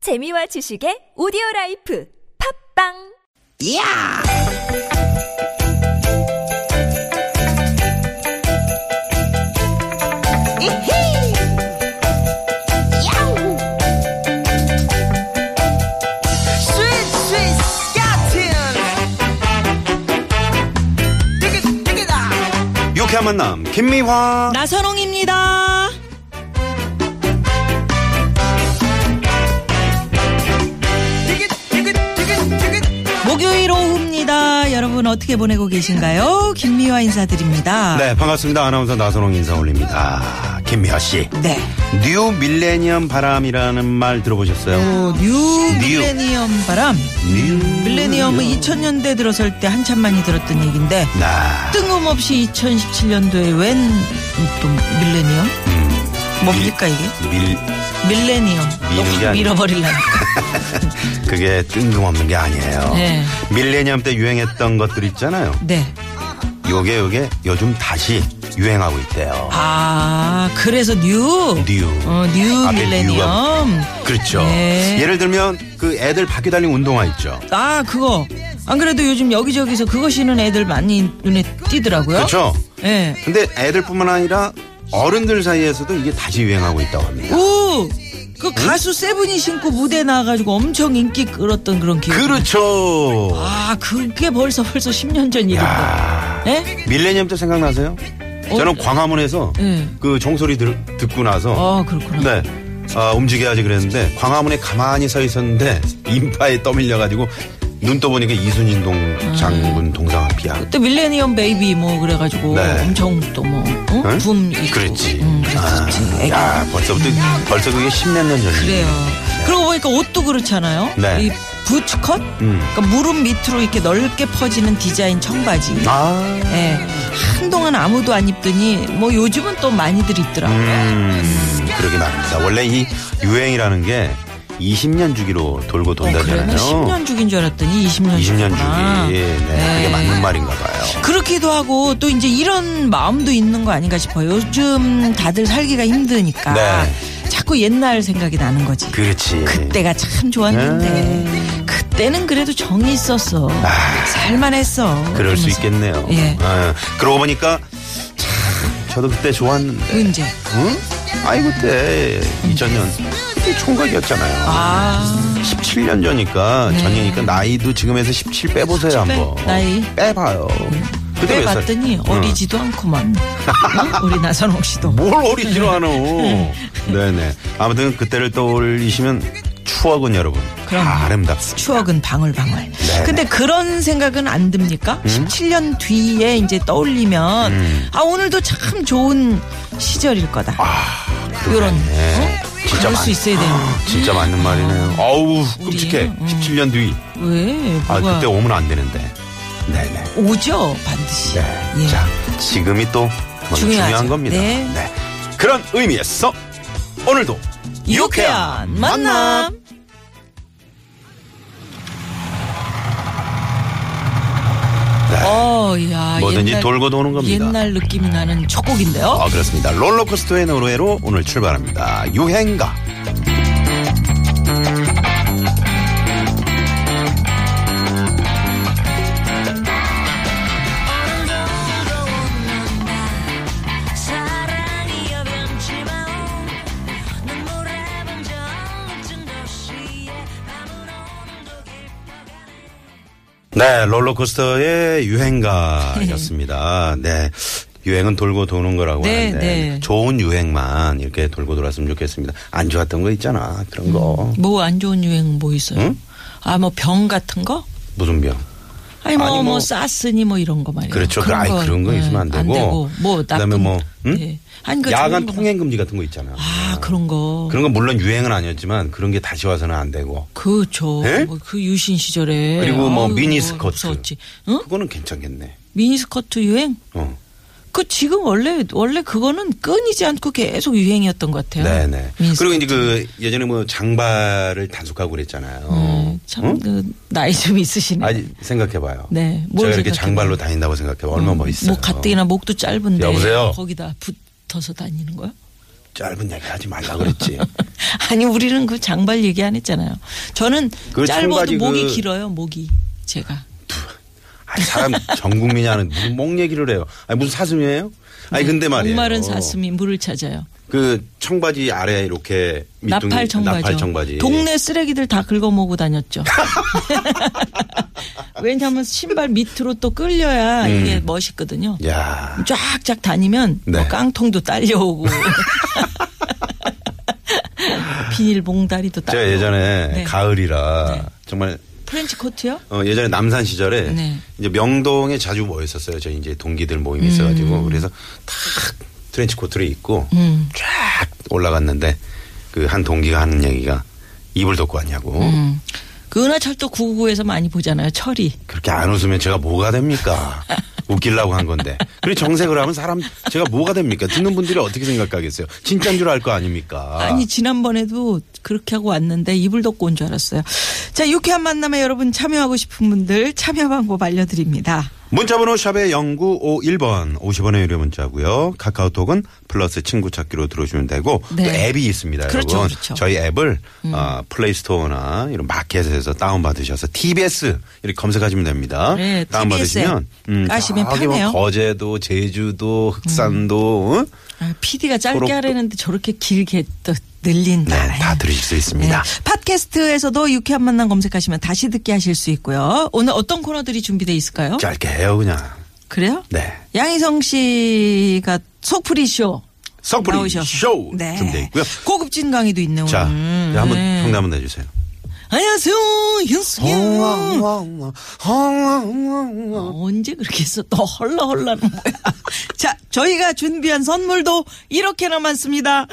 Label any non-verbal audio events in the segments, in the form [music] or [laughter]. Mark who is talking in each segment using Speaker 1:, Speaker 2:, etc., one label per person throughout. Speaker 1: 재미와 지식의 오디오 라이프 팝빵!
Speaker 2: 이야! 이히! 야우! 스윗, 스윗, 야틴! 디귿, 디귿아!
Speaker 3: 유쾌한 만남 김미화
Speaker 4: 나선홍입니다.
Speaker 2: 디귿, 디귿, 디귿, 디귿!
Speaker 4: 목요일 오후입니다. 여러분 어떻게 보내고 계신가요? 김미화 인사드립니다.
Speaker 3: 네 반갑습니다 아나운서 나선홍 인사 올립니다 김미화 씨뉴
Speaker 4: 네.
Speaker 3: 밀레니엄 바람이라는 말 들어보셨어요?
Speaker 4: 어, 뉴 밀레니엄 바람.
Speaker 3: 뉴
Speaker 4: 밀레니엄은 2000년대 들어설 때 한참 많이 들었던 얘기인데
Speaker 3: 나
Speaker 4: 뜬금없이 2017년도에 웬 또 밀레니엄? 뭡니까 이게?
Speaker 3: 음, 밀
Speaker 4: 밀레니엄.
Speaker 3: 미는 게 아니고.
Speaker 4: 또확 밀어버리려니까.
Speaker 3: [laughs] 그게 뜬금없는 게 아니에요.
Speaker 4: 네.
Speaker 3: 밀레니엄 때 유행했던 것들 있잖아요.
Speaker 4: 네.
Speaker 3: 요게 요게 요즘 다시 유행하고 있대요.
Speaker 4: 아 그래서 뉴.
Speaker 3: 뉴.
Speaker 4: 어, 뉴
Speaker 3: 앞에 뉴가
Speaker 4: 밀레니엄.
Speaker 3: 그렇죠.
Speaker 4: 아, 네.
Speaker 3: 예를 들면 그 애들 바퀴 달린 운동화 있죠.
Speaker 4: 아 그거 안 그래도 요즘 여기저기서 그거 신는 애들 많이 눈에 띄더라고요.
Speaker 3: 그렇죠.
Speaker 4: 예.
Speaker 3: 근데 애들뿐만 아니라 어른들 사이에서도 이게 다시 유행하고 있다고 합니다.
Speaker 4: 오, 그 가수 세븐이 신고 무대 나가지고 엄청 인기 끌었던 그런 기억.
Speaker 3: 그렇죠.
Speaker 4: 아 그게 벌써 벌써 10년 전 일인데.
Speaker 3: 야,
Speaker 4: 예?
Speaker 3: 아, 밀레니엄 때 생각나세요?
Speaker 4: 어?
Speaker 3: 저는 광화문에서
Speaker 4: 예.
Speaker 3: 그 종소리 들- 듣고 나서
Speaker 4: 아 그렇구나.
Speaker 3: 네. 아, 움직여야지 그랬는데 광화문에 가만히 서 있었는데 [laughs] 인파에 떠밀려 가지고 눈 떠보니까 이순신 동
Speaker 4: 아.
Speaker 3: 장군 동상 앞이야.
Speaker 4: 또 밀레니엄 베이비 뭐 그래가지고
Speaker 3: 네.
Speaker 4: 엄청 뭐, 어?
Speaker 3: 응?
Speaker 4: 또뭐붐 있고.
Speaker 3: 그랬지. 아,
Speaker 4: 음, 그랬지. 애기.
Speaker 3: 야, 벌써부터 벌써 그게 10몇 년 전이에요.
Speaker 4: 그래요. 그러고 보니까 옷도 그렇잖아요.
Speaker 3: 네. 음.
Speaker 4: 이 부츠컷, 그러니까 무릎 밑으로 이렇게 넓게 퍼지는 디자인 청바지.
Speaker 3: 아.
Speaker 4: 예. 한동안 아무도 안 입더니 뭐 요즘은 또 많이들 입더라고요.
Speaker 3: 음, 그러게 말입니다. 원래 이 유행이라는 게 20년 주기로 돌고
Speaker 4: 어, 그래? 나
Speaker 3: 돈다잖아요.
Speaker 4: 10년 죽인 줄 알았더니 20년
Speaker 3: 20년
Speaker 4: 죽이구나.
Speaker 3: 주기. 네, 그게 맞는 말인가 봐요.
Speaker 4: 그렇기도 하고 또 이제 이런 마음도 있는 거 아닌가 싶어요. 요즘 다들 살기가 힘드니까
Speaker 3: 네.
Speaker 4: 자꾸 옛날 생각이 나는 거지.
Speaker 3: 그렇지. 네.
Speaker 4: 그때가 참 좋았는데 그때는 그래도 정이 있었어. 살만했어.
Speaker 3: 아, 그럴 수
Speaker 4: 이러면서.
Speaker 3: 있겠네요.
Speaker 4: 예.
Speaker 3: 아, 그러고 보니까 참 저도 그때 좋았는데.
Speaker 4: 언제?
Speaker 3: 응? 아이 그때 2000년 그때 총각이었잖아요.
Speaker 4: 아 네.
Speaker 3: 17년 전이니까 전이니까 나이도 지금에서 17 빼보세요 한번.
Speaker 4: 나이? 네.
Speaker 3: 빼봐요. 그때 몇 살?
Speaker 4: 빼봤더니 어리지도 않구만. 어? 우리 나선홍 씨도.
Speaker 3: 뭘 어리지로 하노. 네네. 아무튼 그때를 떠올리시면 추억은 여러분
Speaker 4: 그럼요.
Speaker 3: 다 아름답습니다.
Speaker 4: 추억은 방울방울.
Speaker 3: 네.
Speaker 4: 근데 그런 생각은 안 듭니까?
Speaker 3: 음?
Speaker 4: 17년 뒤에 이제 떠올리면 아 오늘도 참 좋은 시절일 거다. 이런
Speaker 3: 네. 아, 진짜
Speaker 4: 어? 그럴
Speaker 3: 많-
Speaker 4: 수 있어야 되는.
Speaker 3: 진짜 맞는 말이네요. 어우 끔찍해.
Speaker 4: 우리, 음.
Speaker 3: 17년 뒤.
Speaker 4: 왜
Speaker 3: 아
Speaker 4: 뭐가
Speaker 3: 그때 오면 안 되는데. 네네.
Speaker 4: 오죠 반드시.
Speaker 3: 네.
Speaker 4: 예.
Speaker 3: 자 지금이 또 그만큼
Speaker 4: 중요하죠.
Speaker 3: 중요한 겁니다.
Speaker 4: 네.
Speaker 3: 그런 의미에서 오늘도
Speaker 4: 유쾌한 만남.
Speaker 3: 네.
Speaker 4: 어, 야,
Speaker 3: 뭐든지 돌고 도는 겁니다.
Speaker 4: 옛날 느낌이 나는 첫 곡인데요.
Speaker 3: 아 그렇습니다. 롤러코스터의 노래로 오늘 출발합니다. 유행가.
Speaker 5: 사랑이 여변치마오 눈물에 번져 얼룩진 도시에 밤은 오늘도 깊어가네
Speaker 3: 네, 롤러코스터의
Speaker 4: [laughs]
Speaker 3: 유행가였습니다. 네. 유행은 돌고 도는 거라고
Speaker 4: 네,
Speaker 3: 하는데
Speaker 4: 네.
Speaker 3: 좋은 유행만 이렇게 돌고 돌았으면 좋겠습니다. 안 좋았던 거 있잖아. 그런 거.
Speaker 4: 뭐 안 좋은 유행 뭐 있어요? 아, 뭐 병 같은 거?
Speaker 3: 무슨 병?
Speaker 4: 아니 뭐
Speaker 3: 아니,
Speaker 4: 뭐
Speaker 3: 뭐
Speaker 4: 사스니 뭐 이런 거 말이에요.
Speaker 3: 그렇죠. 그 아이 그런 거
Speaker 4: 예,
Speaker 3: 있으면 안 되고.
Speaker 4: 뭐 나쁜
Speaker 3: 그다음에 뭐 응?
Speaker 4: 예. 아니 그
Speaker 3: 야간
Speaker 4: 좋은 거-
Speaker 3: 통행 금지 같은 거 있잖아. 어.
Speaker 4: 아 그런 거.
Speaker 3: 그런 건 물론 유행은 아니었지만 그런 게 다시 와서는 안 되고.
Speaker 4: 그렇죠.
Speaker 3: 예?
Speaker 4: 뭐그 유신 시절에
Speaker 3: 그리고 뭐
Speaker 4: 아유,
Speaker 3: 미니스커트.
Speaker 4: 없었지. 응?
Speaker 3: 그거는 괜찮겠네.
Speaker 4: 미니스커트 유행.
Speaker 3: 어.
Speaker 4: 그 지금 원래 원래 그거는 끊이지 않고 계속 유행이었던 것 같아요.
Speaker 3: 네, 네.
Speaker 4: 미니스커트.
Speaker 3: 그리고 이제 그 예전에 뭐 장발을 단속하고 그랬잖아요.
Speaker 4: 네, 참
Speaker 3: 어, 응?
Speaker 4: 그 나이 좀 있으시네.
Speaker 3: 아니 생각해봐요.
Speaker 4: 네, 뭘
Speaker 3: 제가 이렇게
Speaker 4: 생각해봐요? 음,
Speaker 3: 장발로 다닌다고 생각해봐. 얼마나 뭐 멋있어요.
Speaker 4: 뭐 가뜩이나 목도 짧은데
Speaker 3: 여보세요?
Speaker 4: 거기다 붙어서 다니는 거야?
Speaker 3: 짧은 얘기 하지 말라
Speaker 4: [laughs]
Speaker 3: 그랬지.
Speaker 4: 아니 우리는 그 장발 얘기 안 했잖아요. 저는
Speaker 3: 그 청바지
Speaker 4: 짧아도 목이
Speaker 3: 그-
Speaker 4: 길어요. 목이 제가.
Speaker 3: 아니, 사람 전 국민이 하는 무슨 목 얘기를 해요. 아니 무슨 사슴이에요? 아니 근데 말이에요.
Speaker 4: 목마른 사슴이 물을 찾아요.
Speaker 3: 그 청바지 아래 이렇게 밑둥이
Speaker 4: 나팔 청바지.
Speaker 3: 나팔 청바지.
Speaker 4: 동네 쓰레기들 다 긁어 모고 다녔죠. [laughs] 왜냐하면 신발 밑으로 또 끌려야 이게 멋있거든요.
Speaker 3: 야.
Speaker 4: 쫙쫙 다니면
Speaker 3: 음. 예. 네.
Speaker 4: 뭐 깡통도 딸려오고 [laughs] 비닐봉다리도
Speaker 3: 제가
Speaker 4: 딸려오고
Speaker 3: 예전에
Speaker 4: 네.
Speaker 3: 가을이라 정말
Speaker 4: 프렌치 코트요?
Speaker 3: 어, 예전에 남산 시절에
Speaker 4: 네.
Speaker 3: 이제 명동에 자주 모였었어요. 저희 이제 동기들 모임이 있어가지고
Speaker 4: 음.
Speaker 3: 그래서 탁 트렌치 코트를 입고 쫙 올라갔는데 그 한 동기가 하는 얘기가 입을 덮고 왔냐고
Speaker 4: 그 은하철도 999에서 많이 보잖아요. 철이.
Speaker 3: 그렇게 안 웃으면 제가 뭐가
Speaker 4: [laughs]
Speaker 3: 됩니까? 웃기려고 한 건데. 그리고 정색을 하면 사람 제가 뭐가 됩니까? 듣는 분들이 어떻게 생각하겠어요? 진짜인 줄 알 거 아닙니까?
Speaker 4: 아니 지난번에도 그렇게 하고 왔는데 이불 덮고 온 줄 알았어요. 자 유쾌한 만남에 여러분 참여하고 싶은 분들 참여 방법 알려드립니다.
Speaker 3: 문자번호 샵의 0951번 50원의 유료 문자고요. 카카오톡은 플러스 친구 찾기로 들어오시면 되고
Speaker 4: 네.
Speaker 3: 또 앱이 있습니다.
Speaker 4: 그렇죠,
Speaker 3: 여러분.
Speaker 4: 그렇죠.
Speaker 3: 저희 앱을 어, 플레이스토어나 이런 마켓에서 다운받으셔서 TBS 이렇게 검색하시면 됩니다.
Speaker 4: 네,
Speaker 3: 다운받으시면
Speaker 4: TBS 까시면
Speaker 3: 저기 뭐
Speaker 4: 편해요. 음.
Speaker 3: 거제도 제주도 흑산도 응?
Speaker 4: 아, PD가 짧게
Speaker 3: 서로
Speaker 4: 하려는데 저렇게 길게 또
Speaker 3: 네,
Speaker 4: 늘린다.
Speaker 3: 다
Speaker 4: 아유.
Speaker 3: 들으실 수 있습니다.
Speaker 4: 네. 팟캐스트에서도 유쾌한 만남 검색하시면 다시 듣게 하실 수 있고요. 오늘 어떤 코너들이 준비돼 있을까요?
Speaker 3: 어? 짧게 해요 그냥.
Speaker 4: 그래요?
Speaker 3: 네.
Speaker 4: 양희성 씨가 속풀이 쇼.
Speaker 3: 석불이
Speaker 4: 나오셔서.
Speaker 3: 쇼
Speaker 4: 네. 음.
Speaker 3: 준비되어 있고요.
Speaker 4: 고급진 강의도 있네요.
Speaker 3: 자, 이제 한번 평 한번 내주세요.
Speaker 4: 안녕하세요. 현수야.
Speaker 3: 헝헝헝헝헝헝.
Speaker 4: 언제 그렇게 했어? 너 헐라헐라는 뭐야? [laughs] 자, 저희가 준비한 선물도 이렇게나 많습니다.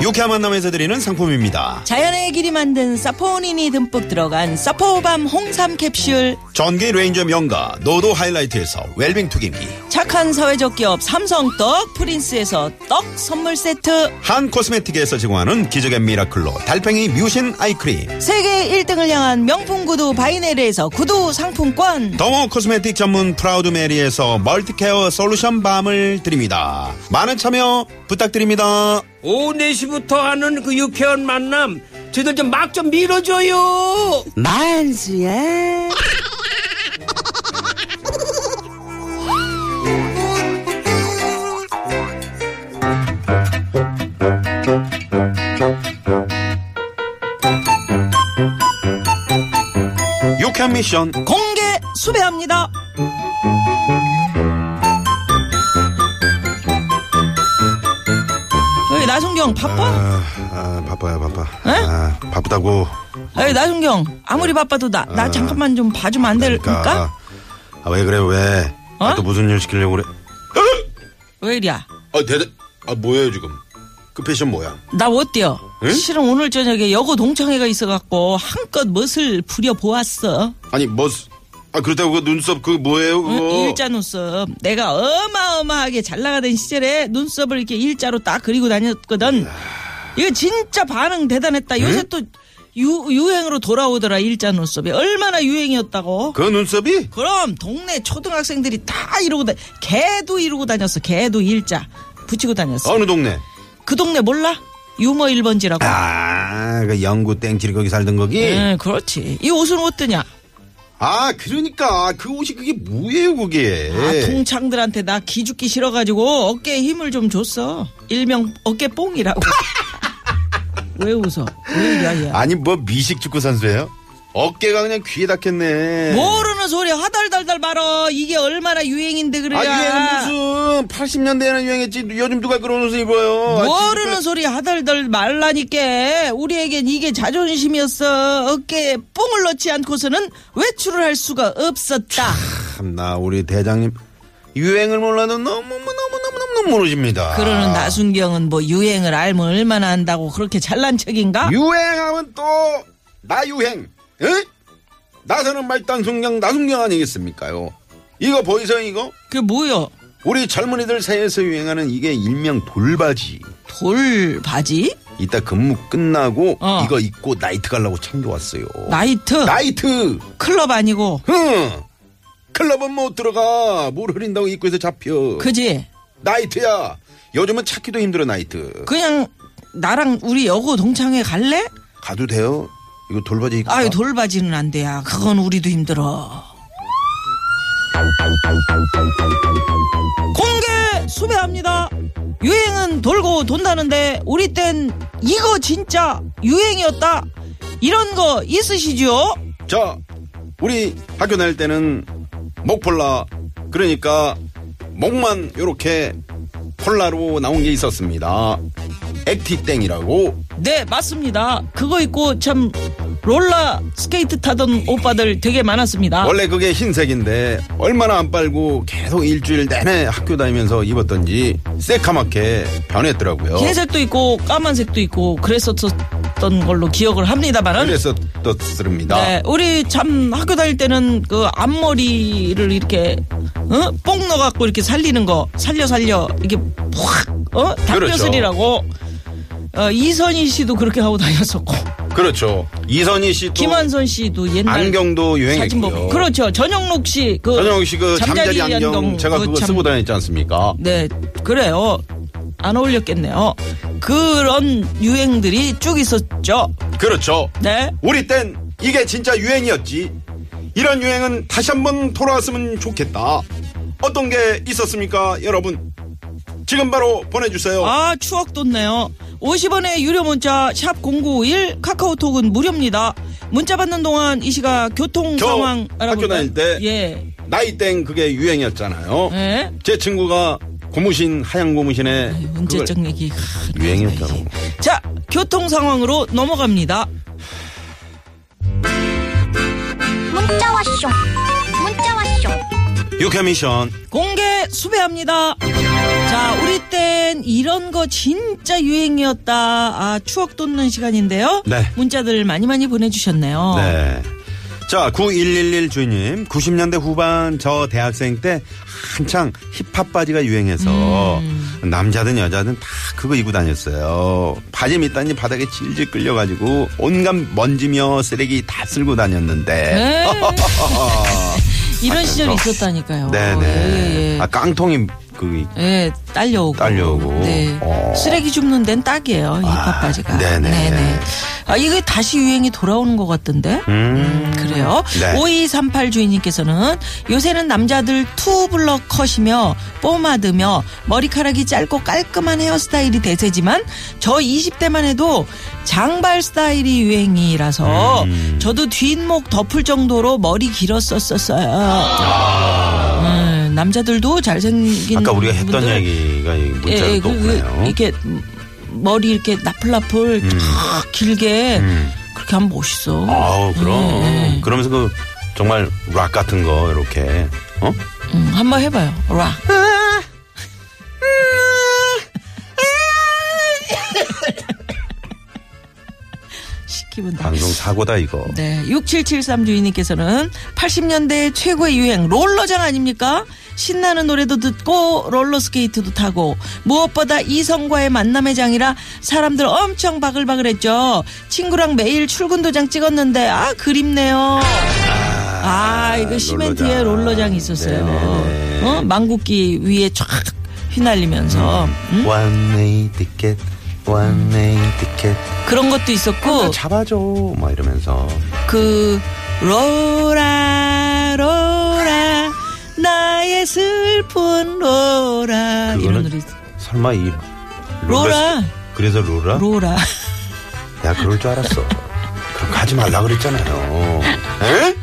Speaker 3: 유쾌한 만남에서 드리는 상품입니다.
Speaker 4: 자연의 길이 만든 사포닌이 듬뿍 들어간 사포밤 홍삼 캡슐,
Speaker 3: 전기 레인저 명가 노도 하이라이트에서 웰빙 투기미
Speaker 4: 착한 사회적 기업 삼성떡 프린스에서 떡 선물 세트,
Speaker 3: 한 코스메틱에서 제공하는 기적의 미라클로 달팽이 뮤신 아이크림
Speaker 4: 세계 1등을 향한 명품 구두 바이네르에서 구두 상품권,
Speaker 3: 더모 코스메틱 전문 프라우드 메리에서 멀티케어 솔루션 밤을 드립니다. 많은 참여 부탁드립니다.
Speaker 6: 오후 4시부터 하는 그 유쾌한 만남 저희들 좀 막 좀 밀어줘요
Speaker 3: 유쾌한 미션
Speaker 4: 공개 수배합니다. 여기 나순경 바빠?
Speaker 3: 아, 바빠요 바빠 아, 바쁘다고 음.
Speaker 4: 에이, 나순경 아무리 바빠도 나, 나 잠깐만 좀 봐주면 안 될까?
Speaker 3: 그러니까 아, 왜 그래 왜 아, 또
Speaker 4: 어?
Speaker 3: 무슨 일 시키려고 그래
Speaker 4: 왜 이리야?
Speaker 3: 어? 아 대단 아 뭐예요 지금 그 패션 뭐야
Speaker 4: 나 어때요? 실은 오늘 저녁에 여고 동창회가 있어갖고 한껏 멋을 부려 보았어.
Speaker 3: 아니 뭐 아, 그렇다고 그 눈썹 그 뭐예요 그거?
Speaker 4: 음, 일자 눈썹. 내가 어마어마하게 잘 나가던 시절에 눈썹을 이렇게 일자로 딱 그리고 다녔거든. 이거 진짜 반응 대단했다. 요새 또 유, 유행으로 돌아오더라 일자 눈썹이 얼마나 유행이었다고.
Speaker 3: 그 눈썹이?
Speaker 4: 그럼 동네 초등학생들이 다 이러고 다 개도 이러고 다녔어. 개도 일자 붙이고 다녔어.
Speaker 3: 어느 동네?
Speaker 4: 그 동네 몰라? 유머 1번지라고.
Speaker 3: 아, 그 영구 땡칠이 거기 살던 거기?
Speaker 4: 예, 그렇지. 이 옷은 어떠냐?
Speaker 3: 네. 아, 그러니까. 그 옷이 그게 뭐예요, 그게?
Speaker 4: 아, 동창들한테 나 기죽기 싫어가지고 어깨에 힘을 좀 줬어. 일명
Speaker 3: [laughs]
Speaker 4: 어깨 뽕이라고. 왜 웃어? 왜 야야?
Speaker 3: 아니, 뭐 미식 축구 선수예요? 어깨가 그냥 귀에 닿겠네.
Speaker 4: 모르는 소리 하달달달 말어. 이게 얼마나 유행인데
Speaker 3: 아,
Speaker 4: 그래야.
Speaker 3: 유행은 무슨 80년대에는 유행했지. 요즘 누가 그런 옷을 입어요?
Speaker 4: 모르는 소리 하달달 말라니까 우리에겐 이게 자존심이었어 어깨에 뽕을 넣지 않고서는 외출을 할 수가 없었다
Speaker 3: 참나 우리 대장님 유행을 몰라도 너무 너무 너무 너무 너무 모르십니다.
Speaker 4: 그러는 나순경은 뭐 유행을 알면 얼마나 한다고 그렇게 잘난 척인가
Speaker 3: 유행하면 또 나 유행. 에? 나서는 말단 순경 나순경 아니겠습니까요? 이거 보이세요 이거?
Speaker 4: 그게 뭐여
Speaker 3: 우리 젊은이들 사이에서 유행하는 이게 일명 돌바지.
Speaker 4: 돌바지
Speaker 3: 이따 근무 끝나고
Speaker 4: 어.
Speaker 3: 이거 입고 나이트 가려고 챙겨왔어요.
Speaker 4: 나이트
Speaker 3: 나이트.
Speaker 4: 클럽 아니고
Speaker 3: 흥. 클럽은 못 들어가. 물 흐린다고 입구에서 잡혀.
Speaker 4: 그지
Speaker 3: 나이트야. 요즘은 찾기도 힘들어 나이트.
Speaker 4: 그냥 나랑 우리 여고 동창회 갈래?
Speaker 3: 가도 돼요? 이거 돌바지 입고.
Speaker 4: 아유
Speaker 3: 가?
Speaker 4: 돌바지는 안 돼야. 그건 우리도 힘들어. 공개 수배합니다. 유행은 돌고 돈다는데 우리 땐 이거 진짜 유행이었다. 이런 거 있으시죠?
Speaker 3: 자, 우리 학교 다닐 때는 목폴라 그러니까 목만 요렇게 폴라로 나온 게 있었습니다. 액티땡이라고.
Speaker 4: 네 맞습니다. 그거 입고 참 롤러 스케이트 타던 오빠들 되게 많았습니다.
Speaker 3: 원래 그게 흰색인데 얼마나 안 빨고 계속 일주일 내내 학교 다니면서 입었던지 새카맣게 변했더라고요.
Speaker 4: 흰색도 있고 까만색도 있고 그랬었던 걸로 기억을 합니다만은
Speaker 3: 그래서 떴습니다.
Speaker 4: 네, 우리 참 학교 다닐 때는 그 앞머리를 이렇게 어? 뽕 넣어갖고 이렇게 살리는 거 살려 살려 이게 확 어? 닭뼈슬이라고 어, 이선희 씨도 그렇게 하고 다녔었고
Speaker 3: 그렇죠. 이선희 씨도
Speaker 4: 김한선 씨도 옛날
Speaker 3: 안경도
Speaker 4: 사진
Speaker 3: 유행했고요.
Speaker 4: 보고 그렇죠 전영록 씨그
Speaker 3: 전영욱 씨그 잠자리 안경, 제가 그거
Speaker 4: 참-
Speaker 3: 쓰고 다녔지 않습니까?
Speaker 4: 네, 그래요. 안 어울렸겠네요. 그런 유행들이 쭉 있었죠.
Speaker 3: 그렇죠.
Speaker 4: 네.
Speaker 3: 우리 땐 이게 진짜 유행이었지. 이런 유행은 다시 한번 돌아왔으면 좋겠다. 어떤 게 있었습니까, 여러분? 지금 바로 보내주세요.
Speaker 4: 아, 추억 돋네요. 50원의 유료 문자 샵 0951 카카오톡은 무료입니다. 문자 받는 동안 이 시각 교통
Speaker 3: 저
Speaker 4: 상황 알아볼까요?
Speaker 3: 학교 다닐 때
Speaker 4: 예.
Speaker 3: 나이 땐 그게 유행이었잖아요.
Speaker 4: 예.
Speaker 3: 제 친구가 고무신, 하얀 고무신에 그걸
Speaker 4: 문제적 얘기. 하, 이거
Speaker 3: 유행이었다고.
Speaker 4: 이게. 자, 교통 상황으로 넘어갑니다.
Speaker 7: 문자 왔쇼 문자 왔쇼
Speaker 3: 유캐미션
Speaker 4: 공개 수배합니다. 자, 우리 땐 이런 거 진짜 유행이었다. 아, 추억 돋는 시간인데요.
Speaker 3: 네.
Speaker 4: 문자들 많이 많이 보내주셨네요.
Speaker 3: 네. 자, 9111 주인님, 90년대 후반 저 대학생 때 한창 힙합 바지가 유행해서
Speaker 4: 음.
Speaker 3: 남자든 여자든 다 그거 입고 다녔어요. 바지 밑단이 바닥에 질질 끌려가지고 온갖 먼지며 쓰레기 다 쓸고 다녔는데. [laughs]
Speaker 4: 네. [laughs] 이런 시절이 있었다니까요.
Speaker 3: 아, 그렇죠. 네네.
Speaker 4: 예, 예.
Speaker 3: 아, 깡통이 그
Speaker 4: 예, 딸려오고.
Speaker 3: 딸려오고.
Speaker 4: 네.
Speaker 3: 어.
Speaker 4: 쓰레기 줍는 데는 딱이에요. 힙합 바지가.
Speaker 3: 네네.
Speaker 4: 아, 이게 다시 유행이 돌아오는 것 같던데? 음, 그래요.
Speaker 3: 네.
Speaker 4: 5238 주인님께서는 요새는 남자들 투블럭 컷이며 뽀마드며 머리카락이 짧고 깔끔한 헤어스타일이 대세지만 저 20대만 해도 장발 스타일이 유행이라서
Speaker 3: 음.
Speaker 4: 저도 뒷목 덮을 정도로 머리 길었었었어요. 음, 남자들도 잘생긴
Speaker 3: 아. 아까 우리가 했던
Speaker 4: 분들 예, 그,
Speaker 3: 얘기가 이 문자로 또 오네요. 음.
Speaker 4: 이렇게 머리 이렇게 나풀나풀 쫙 길게 그렇게 하면 멋있어.
Speaker 3: 아우, 그럼.
Speaker 4: 네,
Speaker 3: 그러면서 그 정말 락 같은 거 이렇게 어?
Speaker 4: 음, 한번 해봐요. 라.
Speaker 3: 아.
Speaker 4: [laughs] 씨, 기분 나.
Speaker 3: 방송 사고다 이거.
Speaker 4: 네, 6773 주인님께서는 80년대 최고의 유행 롤러장 아닙니까? 신나는 노래도 듣고 롤러스케이트도 타고 무엇보다 이성과의 만남의 장이라 사람들 엄청 바글바글했죠. 친구랑 매일 출근 도장 찍었는데 아 그립네요. 아, 이거 시멘트 위에
Speaker 3: 롤러장.
Speaker 4: 롤러장이 있었어요.
Speaker 3: 네네네.
Speaker 4: 어? 망국기 위에 쫙
Speaker 3: 어.
Speaker 4: 휘날리면서 음?
Speaker 3: 원웨이 티켓, 원웨이 티켓.
Speaker 4: 그런 것도 있었고
Speaker 3: 잡아줘. 막 이러면서.
Speaker 4: 그 로라 로라 나의 슬픈 로라 이런 노래 있-
Speaker 3: 설마 이
Speaker 4: 로라.
Speaker 3: 그래서 로라?
Speaker 4: 로라
Speaker 3: 야 그럴 줄 알았어. 그럼 가지 말라 그랬잖아요. 에?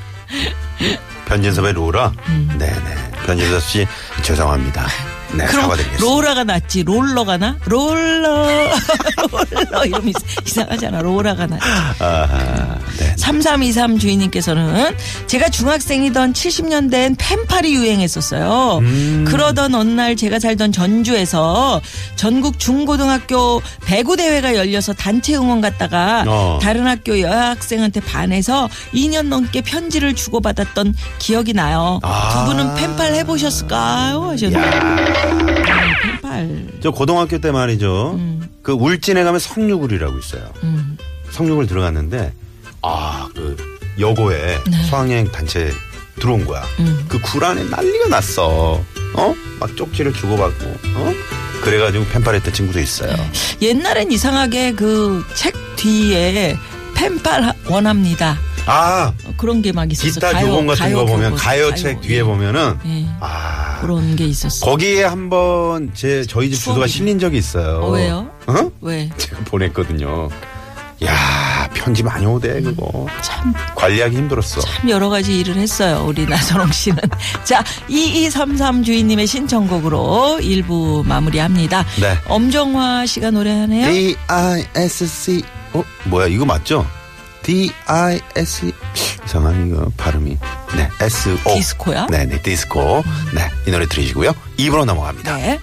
Speaker 3: 변진섭의 로라. 네네. 변진섭 씨 죄송합니다. 네
Speaker 4: 음. 그럼
Speaker 3: 사과드리겠습니다.
Speaker 4: 로라가 낫지 롤러가 나 롤러 [laughs] 롤러 이러면 이상- 이상하잖아 로라가 낫지
Speaker 3: 아하, 네.
Speaker 4: 3323 주인님께서는 제가 중학생이던 70년대엔 펜팔이 유행했었어요.
Speaker 3: 음.
Speaker 4: 그러던 어느 날 제가 살던 전주에서 전국 중고등학교 배구 대회가 열려서 단체 응원 갔다가
Speaker 3: 어.
Speaker 4: 다른 학교 여학생한테 반해서 2년 넘게 편지를 주고받았던 기억이 나요.
Speaker 3: 아.
Speaker 4: 두 분은 펜팔 해보셨을까요? 하셨는데 펜팔.
Speaker 3: 저 고등학교 때 말이죠.
Speaker 4: 음.
Speaker 3: 그 울진에 가면 성류굴이라고 있어요.
Speaker 4: 네.
Speaker 3: 성류굴 들어갔는데 아 그 여고에 소학여행 단체 들어온 거야.
Speaker 4: 음.
Speaker 3: 그 구란에 난리가 났어. 어? 막 쪽지를 주고받고, 어? 그래가지고 팬팔했던 친구도 있어요.
Speaker 4: 네. 옛날엔 이상하게 그 책 뒤에 펜팔 원합니다.
Speaker 3: 아,
Speaker 4: 어, 그런 게 막 있었어.
Speaker 3: 기타 교본 같은 거 보면,
Speaker 4: 교본,
Speaker 3: 가요책 뒤에 보면은,
Speaker 4: 예.
Speaker 3: 아,
Speaker 4: 그런 게 있었어.
Speaker 3: 거기에 한번 제 저희 집 주소가
Speaker 4: 추억이네.
Speaker 3: 실린 적이 있어요.
Speaker 4: 어, 왜요?
Speaker 3: 어?
Speaker 4: 왜?
Speaker 3: [laughs] 제가 보냈거든요. 야 편지 많이 오대 그거
Speaker 4: 참,
Speaker 3: 관리하기 힘들었어.
Speaker 4: 참 여러 가지 일을 했어요. 우리 [laughs] 나선홍 씨는. 자, 2233 주인님의 신청곡으로 일부 마무리합니다.
Speaker 3: 네. 예.
Speaker 4: 엄정화 씨가 노래하네요.
Speaker 3: D I S C 어 뭐야 이거 맞죠? D I S 이상한 이거 발음이 네 S O 네,
Speaker 4: 디스코야?
Speaker 3: 네네 디스코 네 이 노래 들으시고요. 입으로 넘어갑니다.
Speaker 4: 네.